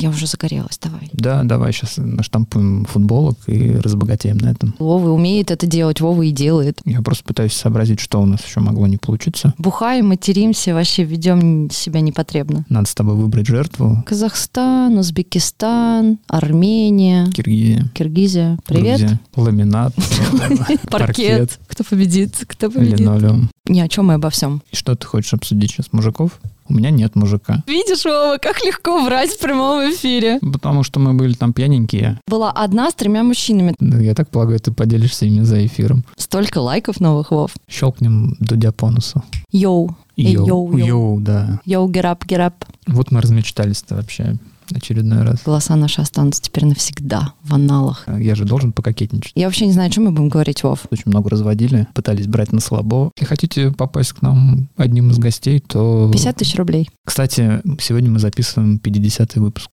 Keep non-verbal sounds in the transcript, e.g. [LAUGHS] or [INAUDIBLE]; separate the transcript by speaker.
Speaker 1: Я уже загорелась, давай.
Speaker 2: Да, давай сейчас наштампуем футболок и разбогатеем на этом.
Speaker 1: Вова умеет это делать, Вова и делает.
Speaker 2: Я просто пытаюсь сообразить, что у нас еще могло не получиться.
Speaker 1: Бухаем, материмся, вообще ведем себя непотребно.
Speaker 2: Надо с тобой выбрать жертву.
Speaker 1: Казахстан, Узбекистан, Армения,
Speaker 2: Киргизия.
Speaker 1: Киргизия. Привет.
Speaker 2: Грузия. Ламинат.
Speaker 1: [LAUGHS] Паркет. Кто победит? Кто победит?
Speaker 2: Линолеум.
Speaker 1: Ни о чем и обо всем.
Speaker 2: И Что ты хочешь обсудить сейчас, мужиков? У меня нет мужика.
Speaker 1: Видишь, Вова, как легко врать в прямом эфире.
Speaker 2: Потому что мы были там пьяненькие.
Speaker 1: Была одна с тремя мужчинами.
Speaker 2: Да, Я так полагаю, ты поделишься ими за эфиром.
Speaker 1: Столько лайков новых, Вов.
Speaker 2: Щелкнем Дудя по носу.
Speaker 1: Йоу. И йоу, йоу.
Speaker 2: Йоу, да.
Speaker 1: Йоу, герап, герап.
Speaker 2: Вот мы размечтались-то вообще очередной раз.
Speaker 1: Голоса наши останутся теперь навсегда в аналах.
Speaker 2: Я же должен пококетничать.
Speaker 1: Я вообще не знаю, о чем мы будем говорить, Вов.
Speaker 2: Очень много разводили, пытались брать на слабо. Если хотите попасть к нам одним из гостей, то...
Speaker 1: 50 тысяч рублей.
Speaker 2: Кстати, сегодня мы записываем 50-й выпуск.